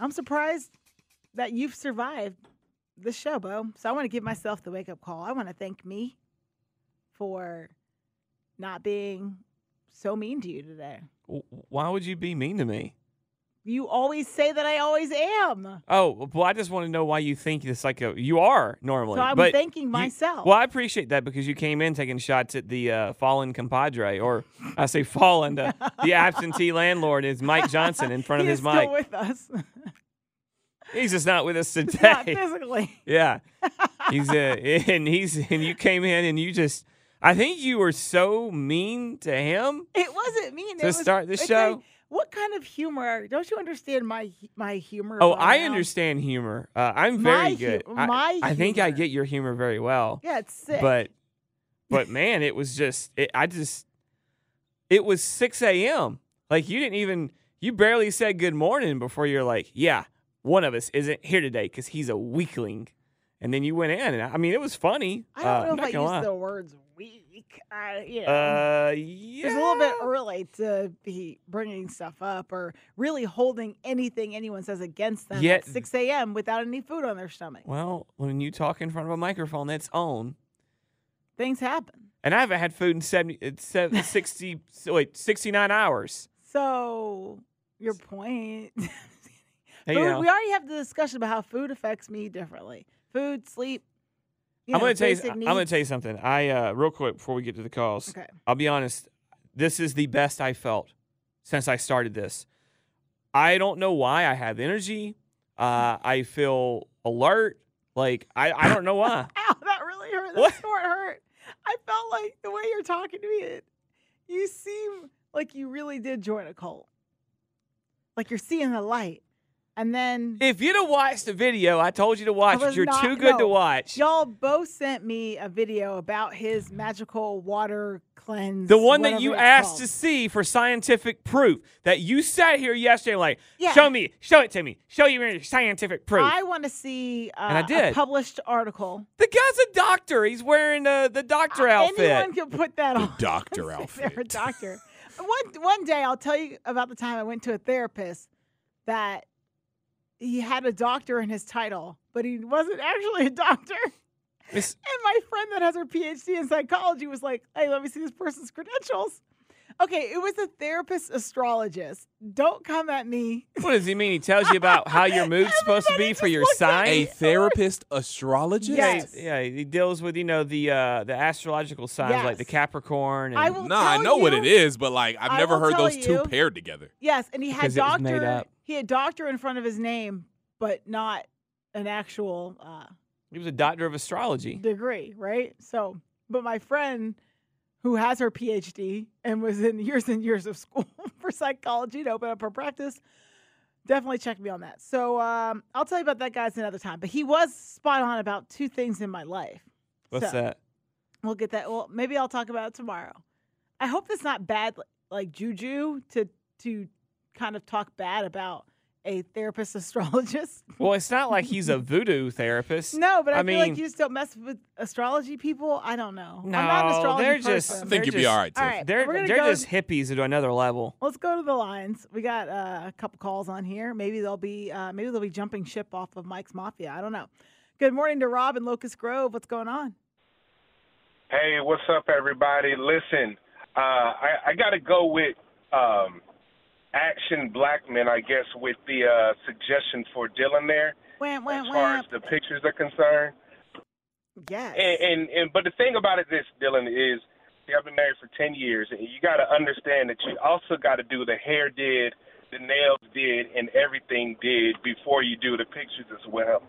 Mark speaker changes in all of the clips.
Speaker 1: I'm surprised that you've survived the show, Bo. So I want to give myself the wake up call. I want to thank me for not being so mean to you today.
Speaker 2: W- Why would you be mean to me?
Speaker 1: You always say that I always am.
Speaker 2: Oh, well, I just want to know why you think this like a, you are normally.
Speaker 1: So I'm
Speaker 2: but
Speaker 1: thanking
Speaker 2: you-
Speaker 1: myself.
Speaker 2: well, I appreciate that because you came in taking shots at the uh, fallen compadre, or I say fallen, uh, the absentee landlord is Mike Johnson in front of
Speaker 1: He
Speaker 2: his
Speaker 1: is
Speaker 2: mic.
Speaker 1: still with us.
Speaker 2: he's just not with us today.
Speaker 1: Not physically.
Speaker 2: Yeah. He's uh, and he's and you came in and you just I think you were so mean to him.
Speaker 1: It wasn't mean.
Speaker 2: To
Speaker 1: it was,
Speaker 2: start the
Speaker 1: it's
Speaker 2: show?
Speaker 1: like, what kind of humor? Don't you understand my my humor?
Speaker 2: Oh,
Speaker 1: by
Speaker 2: I
Speaker 1: now?
Speaker 2: understand humor. Uh, I'm
Speaker 1: My
Speaker 2: very
Speaker 1: hu-
Speaker 2: good. I,
Speaker 1: my
Speaker 2: I think I
Speaker 1: humor.
Speaker 2: get your humor very well.
Speaker 1: Yeah, it's sick.
Speaker 2: But but man, it was just it, I just it was 6 a.m. Like you didn't even you barely said good morning before you're like, yeah, one of us isn't here today because he's a weakling. And then you went in, and I I mean, it was funny.
Speaker 1: I
Speaker 2: Uh,
Speaker 1: don't
Speaker 2: I'm
Speaker 1: know if I
Speaker 2: gonna
Speaker 1: use
Speaker 2: lie.
Speaker 1: the words weak. I, you know,
Speaker 2: Uh, yeah.
Speaker 1: It's a little bit early to be bringing stuff up or really holding anything anyone says against them
Speaker 2: Yet-
Speaker 1: at 6 a.m. without any food on their stomach.
Speaker 2: Well, when you talk in front of a microphone that's on,
Speaker 1: Things happen.
Speaker 2: and I haven't had food in 70, it's sev- 60, wait, 69 hours.
Speaker 1: So, your point.
Speaker 2: Hey,
Speaker 1: food,
Speaker 2: you know,
Speaker 1: We already have the discussion about how food affects me differently food, sleep. You
Speaker 2: I'm
Speaker 1: know,
Speaker 2: gonna tell you.
Speaker 1: basic
Speaker 2: I'm gonna
Speaker 1: needs.
Speaker 2: tell you something. I uh, real quick before we get to the calls.
Speaker 1: Okay.
Speaker 2: I'll be honest. This is the best I felt since I started this. I don't know why I have energy. Uh, I feel alert. Like I, I don't know why.
Speaker 1: Ow, that really hurt. That
Speaker 2: What?
Speaker 1: snort hurt. I felt like the way you're talking to me, it, you seem like you really did join a cult. Like you're seeing the light. And then
Speaker 2: if you'd have watched the video, I told you to watch. it.
Speaker 1: was
Speaker 2: You're
Speaker 1: not-
Speaker 2: too good to
Speaker 1: no.
Speaker 2: watch.
Speaker 1: y'all both sent me a video about his magical water cleanse.
Speaker 2: The one that
Speaker 1: whatever
Speaker 2: you
Speaker 1: it's
Speaker 2: asked
Speaker 1: called.
Speaker 2: to see for scientific proof that you sat here yesterday, like,
Speaker 1: Yeah.
Speaker 2: show me, show it to me, show you your scientific proof.
Speaker 1: I want to see uh,
Speaker 2: I
Speaker 1: a
Speaker 2: did.
Speaker 1: published article.
Speaker 2: the guy's a doctor. He's wearing uh, the doctor outfit.
Speaker 1: Anyone can put that on.
Speaker 3: doctor
Speaker 1: They're a
Speaker 3: outfit.
Speaker 1: doctor. one one day I'll tell you about the time I went to a therapist that he had a doctor in his title, but he wasn't actually a doctor.
Speaker 2: Miss-
Speaker 1: And my friend that has her PhD in psychology was like, "Hey, let me see this person's credentials." Okay, it was a therapist astrologist. Don't come at me.
Speaker 2: what does he mean? He tells you about how your mood's supposed to
Speaker 1: Everybody
Speaker 2: be for
Speaker 1: just
Speaker 2: your
Speaker 1: looks at
Speaker 2: sign.
Speaker 1: me.
Speaker 3: A therapist astrologist?
Speaker 2: Yeah, he-
Speaker 1: Yes.
Speaker 2: yeah, he deals with you know the uh, the astrological signs like the
Speaker 1: Yes.
Speaker 2: Capricorn. And
Speaker 1: I will
Speaker 3: Nah, I
Speaker 1: tell
Speaker 3: know what
Speaker 1: you-
Speaker 3: it is, but like I've
Speaker 1: I
Speaker 3: never
Speaker 1: will
Speaker 3: heard
Speaker 1: tell
Speaker 3: those two
Speaker 1: you-
Speaker 3: paired together.
Speaker 1: Yes, and he had
Speaker 2: Because it was
Speaker 1: doctor.
Speaker 2: made up.
Speaker 1: He had doctor in front of his name, but not an actual uh,
Speaker 2: he was a doctor of astrology.
Speaker 1: degree, right? So, but my friend who has her PhD and was in years and years of school for psychology to open up her practice, definitely check me on that. So, um, I'll tell you about that guy's another time, but he was spot on about two things in my life.
Speaker 2: What's
Speaker 1: So,
Speaker 2: that?
Speaker 1: We'll get that. Well, maybe I'll talk about it tomorrow. I hope it's not bad, li- like juju, to to kind of talk bad about a therapist astrologist.
Speaker 2: Well, it's not like he's a voodoo therapist.
Speaker 1: No, but I,
Speaker 2: I
Speaker 1: feel like
Speaker 2: mean-
Speaker 1: you just don't mess with astrology people. I don't know. I'm not an
Speaker 2: No,
Speaker 1: astrology
Speaker 2: they're just-
Speaker 3: I
Speaker 1: person.
Speaker 2: They're
Speaker 3: think you'd be
Speaker 2: just-
Speaker 3: all right,
Speaker 1: All
Speaker 3: Tiff.
Speaker 1: right,
Speaker 2: They're
Speaker 1: we're gonna
Speaker 2: they're
Speaker 1: go-
Speaker 2: just hippies to another level.
Speaker 1: Let's go to the lines. We got uh, a couple calls on here. Maybe they'll be uh, maybe they'll be jumping ship off of Mike's Mafia. I don't know. Good morning to Rob in Locust Grove. What's going on?
Speaker 4: Hey, what's up, everybody? Listen, uh, I, I got to go with um, Action Blackman, I guess, with the uh, suggestion for Dylan there,
Speaker 1: Wham,
Speaker 4: as
Speaker 1: wham,
Speaker 4: far
Speaker 1: wham.
Speaker 4: as the pictures are concerned.
Speaker 1: Yes.
Speaker 4: And, and and but the thing about it, this Dylan is, see, I've been married for ten years, and you got to understand that you also got to do the hair did, the nails did, and everything did before you do the pictures as well.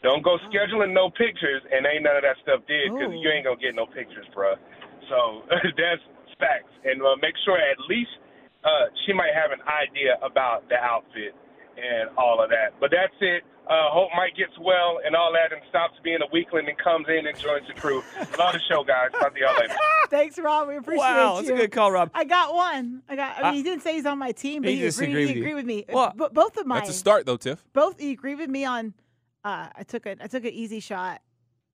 Speaker 4: Don't go scheduling no pictures, and ain't none of that stuff did because
Speaker 1: Ooh.
Speaker 4: you ain't gonna get no pictures, bruh. So that's facts, and uh, make sure at least uh, she might have an idea about the outfit and all of that. But that's it. Uh, hope Mike gets well and all that and stops being a weakling and comes in and joins the crew. Love the show, guys. Talk to y'all later.
Speaker 1: Thanks, Rob. We appreciate
Speaker 2: wow,
Speaker 1: you.
Speaker 2: that's a good call, Rob.
Speaker 1: I got one. I got. I mean,
Speaker 2: Uh,
Speaker 1: he didn't say he's on my team, but
Speaker 2: he
Speaker 1: he,
Speaker 2: just
Speaker 1: agreed.
Speaker 2: agreed
Speaker 1: he
Speaker 2: with you.
Speaker 1: agreed with me.
Speaker 2: Well,
Speaker 1: but both of mine.
Speaker 3: That's a start though, Tiff.
Speaker 1: Both he agreed with me on. Uh, I took a. I took an easy shot,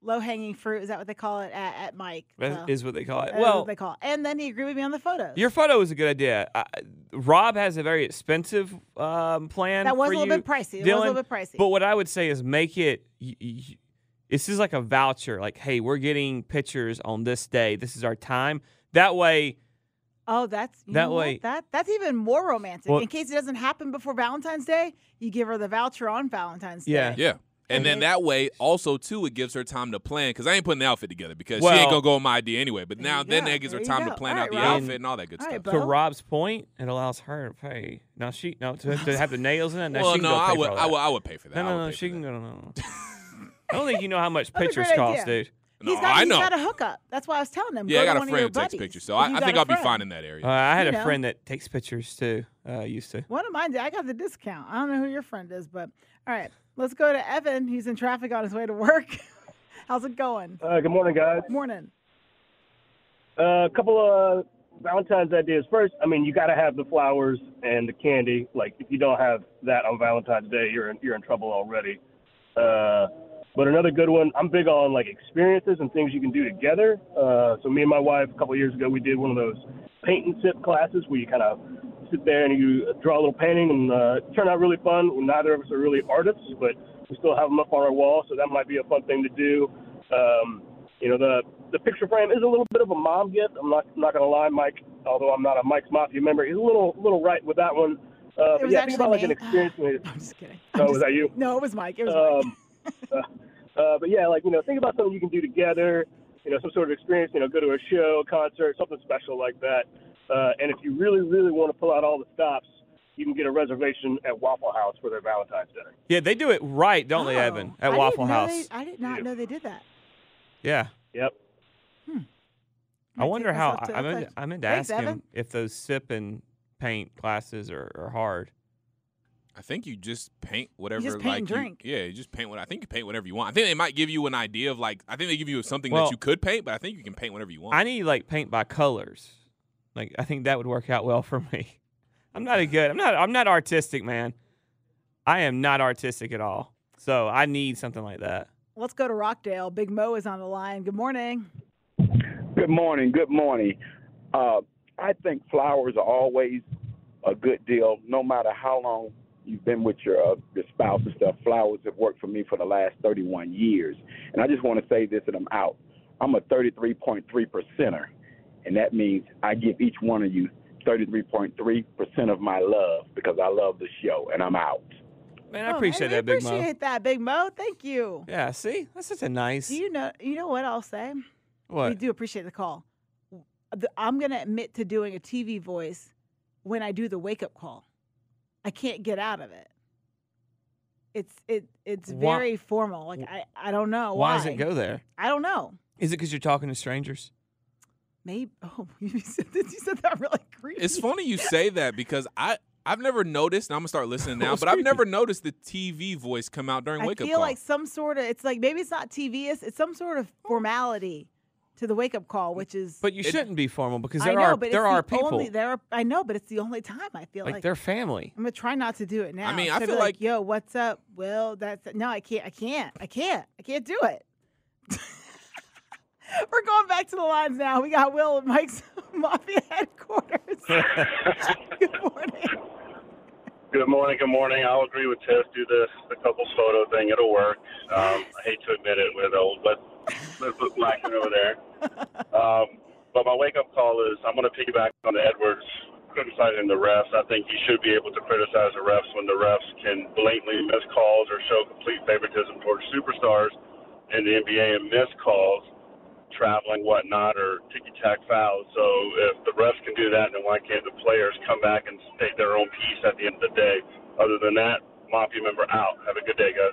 Speaker 1: low hanging fruit. Is that what they call it at, at Mike? So,
Speaker 2: That is what they call it.
Speaker 1: that is
Speaker 2: Well,
Speaker 1: what they call. It. And then he agreed with me on the photos.
Speaker 2: Your photo was a good idea. Uh, Rob has a very expensive um, plan.
Speaker 1: that was
Speaker 2: for
Speaker 1: a little
Speaker 2: you,
Speaker 1: bit pricey. It was
Speaker 2: Dylan,
Speaker 1: a little bit pricey.
Speaker 2: But what I would say is make it. y- y- This is like a voucher. Like, hey, we're getting pictures on this day. This is our time. That way,
Speaker 1: oh, that's you
Speaker 2: that
Speaker 1: know what?
Speaker 2: way-
Speaker 1: That that's even more romantic.
Speaker 2: Well-
Speaker 1: In case it doesn't happen before Valentine's Day, you give her the voucher on Valentine's
Speaker 2: Yeah.
Speaker 1: Day.
Speaker 3: Yeah. And then that way, also too, it gives her time to plan because I ain't putting the outfit together because she
Speaker 2: Well-
Speaker 3: ain't gonna go with my idea anyway. But
Speaker 1: There
Speaker 3: now,
Speaker 1: you
Speaker 3: then
Speaker 1: go.
Speaker 3: that gives her
Speaker 1: There you
Speaker 3: time to
Speaker 1: go.
Speaker 3: plan
Speaker 1: All
Speaker 3: out
Speaker 1: right,
Speaker 3: the
Speaker 1: Rob.
Speaker 3: outfit and all that good
Speaker 1: All
Speaker 3: stuff.
Speaker 1: right,
Speaker 2: to
Speaker 1: Well-
Speaker 2: Rob's point, it allows her to pay. Now she no to, to have the nails in it. Now
Speaker 3: well,
Speaker 2: she can go
Speaker 3: no,
Speaker 2: pay
Speaker 3: I
Speaker 2: for
Speaker 3: would,
Speaker 2: all
Speaker 3: I
Speaker 2: that.
Speaker 3: would, I would pay for that.
Speaker 2: No,
Speaker 3: I
Speaker 2: no,
Speaker 3: would
Speaker 2: no.
Speaker 3: pay for
Speaker 2: She can
Speaker 3: that.
Speaker 2: go. No, no. I don't think you know how much
Speaker 1: That's a
Speaker 2: pictures
Speaker 1: great
Speaker 2: cost,
Speaker 1: idea.
Speaker 2: dude.
Speaker 1: He's
Speaker 3: No,
Speaker 1: got,
Speaker 3: I
Speaker 1: he's
Speaker 3: know.
Speaker 1: got a hookup. That's why I was telling him.
Speaker 3: Yeah,
Speaker 1: go to
Speaker 3: I got
Speaker 1: one of
Speaker 3: a
Speaker 1: your
Speaker 3: friend who takes
Speaker 1: buddies.
Speaker 3: pictures, so
Speaker 1: If
Speaker 3: I,
Speaker 1: you
Speaker 3: I
Speaker 1: got
Speaker 3: think
Speaker 1: a
Speaker 3: I'll be
Speaker 1: friend.
Speaker 3: fine in that area.
Speaker 2: Uh, I had
Speaker 1: You
Speaker 2: a
Speaker 1: know.
Speaker 2: friend that takes pictures too. Uh, used to.
Speaker 1: One of mine, did. I got the discount. I don't know who your friend is, but all right, let's go to Evan. He's in traffic on his way to work. How's it going?
Speaker 5: Uh, good morning, guys.
Speaker 1: Morning.
Speaker 5: Uh, a couple of Valentine's ideas. First, I mean, you got to have the flowers and the candy. Like, if you don't have that on Valentine's Day, you're in, you're in trouble already. Uh, but another good one, I'm big on like experiences and things you can do together. Uh, so me and my wife, a couple of years ago, we did one of those paint and sip classes where you kind of sit there and you draw a little painting and uh, it turned out really fun. Neither of us are really artists, but we still have them up on our wall, so that might be a fun thing to do. Um, you know, the the picture frame is a little bit of a mom gift. I'm not not gonna lie, Mike. Although I'm not a Mike's Mafia member, he's a little little right with that one. Uh,
Speaker 1: It
Speaker 5: but
Speaker 1: was
Speaker 5: yeah, think about
Speaker 1: actually
Speaker 5: like an
Speaker 1: me.
Speaker 5: experience.
Speaker 1: No, I'm just kidding.
Speaker 5: Oh,
Speaker 1: I'm
Speaker 5: was
Speaker 1: just
Speaker 5: that you?
Speaker 1: kidding. No, it was Mike. It was Mike.
Speaker 5: Um, uh, uh, but yeah, like you know, think about something you can do together. You know, some sort of experience. You know, go to a show, concert, something special like that. Uh, and if you really, really want to pull out all the stops, you can get a reservation at Waffle House for their Valentine's dinner.
Speaker 2: Yeah, they do it right, don't they,
Speaker 1: Oh,
Speaker 2: Evan?
Speaker 1: I
Speaker 2: At
Speaker 1: didn't
Speaker 2: Waffle
Speaker 1: know
Speaker 2: House.
Speaker 1: they- I did not
Speaker 5: Yeah.
Speaker 1: know they did that.
Speaker 2: Yeah.
Speaker 5: Yep.
Speaker 1: Hmm. Might
Speaker 2: I wonder
Speaker 1: take
Speaker 2: how
Speaker 1: myself to
Speaker 2: I
Speaker 1: that
Speaker 2: meant.
Speaker 1: place.
Speaker 2: I meant to
Speaker 1: Thanks,
Speaker 2: ask
Speaker 1: Evan.
Speaker 2: him if those sip and paint classes are, are hard.
Speaker 3: I think you just paint whatever.
Speaker 1: paint
Speaker 3: like
Speaker 1: and
Speaker 3: you-
Speaker 1: drink.
Speaker 3: yeah, you just paint what I think you paint whatever you want. I think they might give you an idea of like I think they give you something
Speaker 2: Well-
Speaker 3: that you could paint, but I think you can paint whatever you want.
Speaker 2: I need like paint by colors. Like I think that would work out well for me. I'm not a good. I'm not. I'm not artistic, man. I am not artistic at all. So I need something like that.
Speaker 1: Let's go to Rockdale. Big Mo is on the line. Good morning.
Speaker 6: Good morning. Good morning. Uh, I think flowers are always a good deal, no matter how long you've been with your uh, your spouse and stuff. Flowers have worked for me for the last 31 years, and I just want to say this, and I'm out. I'm a 33.3 percenter, and that means I give each one of you 33.3 percent of my love because I love the show, and I'm out.
Speaker 2: Man,
Speaker 1: Oh,
Speaker 2: I
Speaker 1: man,
Speaker 2: appreciate
Speaker 1: we
Speaker 2: that, Big Mo.
Speaker 1: Appreciate that, Big Mo. Thank you.
Speaker 2: Yeah. See, that's such a nice.
Speaker 1: Do you know? You know what I'll say? We
Speaker 2: what?
Speaker 1: do appreciate the call. The- I'm going to admit to doing a TV voice when I do the wake up call. I can't get out of it. It's it it's
Speaker 2: Why-
Speaker 1: very formal. Like I, I don't know why.
Speaker 2: Why does it go there?
Speaker 1: I don't know.
Speaker 2: Is it because you're talking to strangers?
Speaker 1: Maybe oh you said that you said that really creepy.
Speaker 3: It's funny you say that because I I've never noticed. And I'm gonna start listening now,
Speaker 2: What's
Speaker 3: but I've
Speaker 2: creepy?
Speaker 3: never noticed the TV voice come out during
Speaker 1: I
Speaker 3: wake up
Speaker 1: feel
Speaker 3: call.
Speaker 1: like some sort of it's like maybe it's not TV. It's it's some sort of formality to the wake up call, which is
Speaker 2: Oh. But you
Speaker 3: It-
Speaker 2: shouldn't be formal because
Speaker 1: I
Speaker 2: there
Speaker 1: know,
Speaker 2: are
Speaker 1: but
Speaker 2: there
Speaker 1: it's
Speaker 2: are
Speaker 1: the
Speaker 2: people
Speaker 1: Only, there are I know, but it's the only time I feel
Speaker 2: like,
Speaker 1: like,
Speaker 2: their family.
Speaker 1: I'm gonna try not to do it now.
Speaker 3: mean, I
Speaker 1: Instead of
Speaker 3: feel like-
Speaker 1: yo, what's up? Well, that's no, I can't, I can't, I can't, I can't do it. We're going back to the lines now. We got Will and Mike's Mafia headquarters. Good morning.
Speaker 5: Good morning. Good morning. I'll agree with Tiff. Do this the couple photo thing. It'll work. Um, I hate to admit it, with old, but let's put Blackman over there. Um, but my wake up call is I'm going to piggyback on the Edwards criticizing the refs. I think you should be able to criticize the refs when the refs can blatantly miss calls or show complete favoritism towards superstars in the NBA and miss calls, traveling, whatnot, or ticky tack fouls. So if the refs can do that, then why can't the players come back and state their own piece at the end of the day? Other than that, Mafia member out. Have a good day, guys.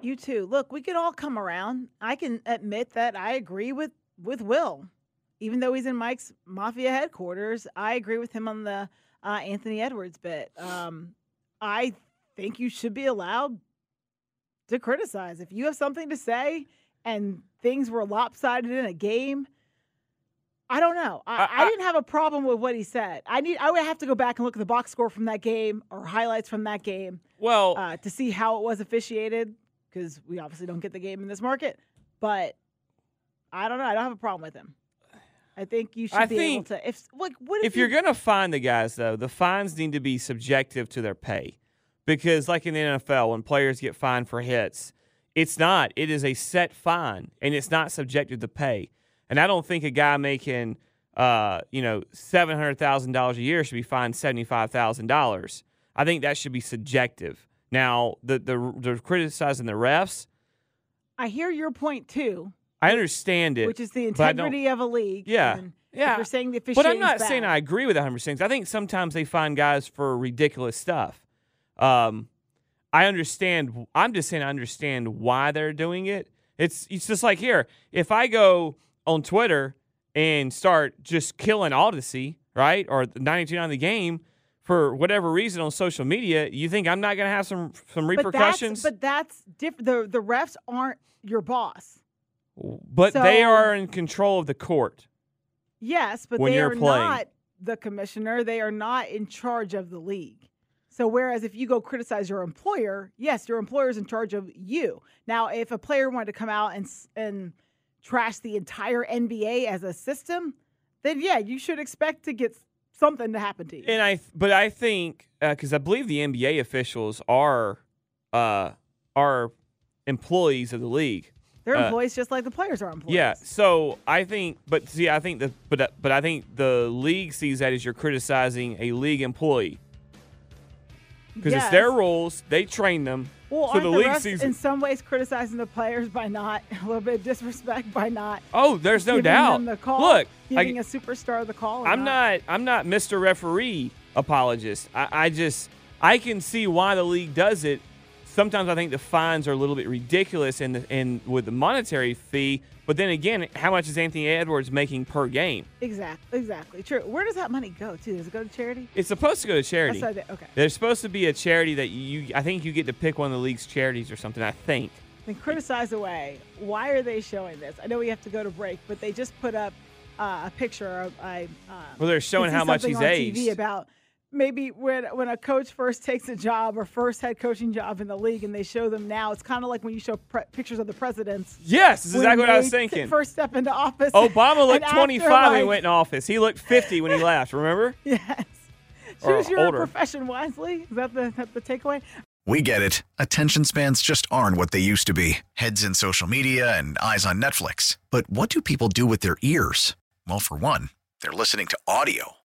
Speaker 1: You too. Look, we can all come around. I can admit that I agree with with Will, even though he's in Mike's mafia headquarters. I agree with him on the uh, Anthony Edwards bit. Um, I think you should be allowed to criticize if you have something to say and things were lopsided in a game. I don't know. I,
Speaker 2: I-
Speaker 1: I, didn't have a problem with what he said. I need. I would have to go back and look at the box score from that game or highlights from that game
Speaker 2: Well,
Speaker 1: uh, to see how it was officiated because we obviously don't get the game in this market. But I don't know. I don't have a problem with him. I think you should
Speaker 2: I
Speaker 1: be
Speaker 2: think
Speaker 1: able to. If like, what if,
Speaker 2: if you're going to fine the guys, though, the fines need to be subjective to their pay. Because, like in the NFL, when players get fined for hits, it's not. It is a set fine, and it's not subjective to pay. And I don't think a guy making, uh, you know, seven hundred thousand dollars a year should be fined seventy five thousand dollars. I think that should be subjective. Now, the the they're criticizing the refs.
Speaker 1: I hear your point too,
Speaker 2: I understand it,
Speaker 1: which is the
Speaker 2: but I don't-
Speaker 1: integrity of a league.
Speaker 2: Yeah,
Speaker 1: and
Speaker 2: yeah.
Speaker 1: If you're saying the
Speaker 2: But I'm
Speaker 1: officiating's
Speaker 2: not saying
Speaker 1: bad.
Speaker 2: I agree with 100. percent I think sometimes they find guys for ridiculous stuff. Um, I understand. I'm just saying I understand why they're doing it. It's it's just like here. If I go on Twitter and start just killing Odyssey, right, or 92 on the game for whatever reason on social media, you think I'm not going to have some some repercussions?
Speaker 1: But that's, but that's different. The the refs aren't your boss.
Speaker 2: But they
Speaker 1: so-
Speaker 2: are in control of the court.
Speaker 1: Yes, but
Speaker 2: When
Speaker 1: they
Speaker 2: you're
Speaker 1: are
Speaker 2: playing.
Speaker 1: not the commissioner. They are not in charge of the league. So whereas if you go criticize your employer, yes, your employer is in charge of you. Now, if a player wanted to come out and s- and trash the entire NBA as a system, then yeah, you should expect to get s- something to happen to you.
Speaker 2: And I, but I think because I believe the NBA officials are uh, are employees of the league.
Speaker 1: They're
Speaker 2: uh,
Speaker 1: employees just like the players are employees.
Speaker 2: Yeah. So I think, but see, I think the but but I think the league sees that as you're criticizing a league employee because it's their
Speaker 1: Yes.
Speaker 2: rules. They train them.
Speaker 1: Well,
Speaker 2: so
Speaker 1: aren't
Speaker 2: the
Speaker 1: the,
Speaker 2: league
Speaker 1: refs
Speaker 2: sees.
Speaker 1: in some ways criticizing the players by not a little bit of disrespect by not
Speaker 2: oh, there's no
Speaker 1: giving
Speaker 2: doubt.
Speaker 1: them the call,
Speaker 2: Look,
Speaker 1: giving
Speaker 2: I,
Speaker 1: a superstar the call. or
Speaker 2: I'm not. I'm not Mr. Referee apologist. I, I just I can see why the league does it. Sometimes I think the fines are a little bit ridiculous, and the, and with the monetary fee. But then again, how much is Anthony Edwards making per game?
Speaker 1: Exactly, exactly. True. Where does that money go to? Does it go to charity?
Speaker 2: It's supposed to go to charity.
Speaker 1: That's what I did. Okay.
Speaker 2: There's supposed to be a charity that you. I think you get to pick one of the league's charities or something. I think.
Speaker 1: Then criticize away. Why are they showing this? I know we have to go to break, but they just put up uh, a picture of I. Um,
Speaker 2: Well, they're showing
Speaker 1: could see
Speaker 2: how much
Speaker 1: something
Speaker 2: he's
Speaker 1: on TV
Speaker 2: aged.
Speaker 1: about maybe when when a coach first takes a job or first head coaching job in the league, and they show them now. It's kind of like when you show pre- pictures of the presidents.
Speaker 2: Yes, this is
Speaker 1: when
Speaker 2: exactly what I
Speaker 1: they
Speaker 2: was
Speaker 1: t-
Speaker 2: thinking.
Speaker 1: First step into office.
Speaker 2: Obama
Speaker 1: And
Speaker 2: looked
Speaker 1: after,
Speaker 2: 25 when he
Speaker 1: like-
Speaker 2: went in office. He looked 50 when he left. Remember?
Speaker 1: Yes.
Speaker 2: Or
Speaker 1: Choose your
Speaker 2: older.
Speaker 1: profession wisely. Is that the, that the takeaway?
Speaker 7: We get it. Attention spans just aren't what they used to be heads in social media and eyes on Netflix. But what do people do with their ears? Well, for one, they're listening to audio.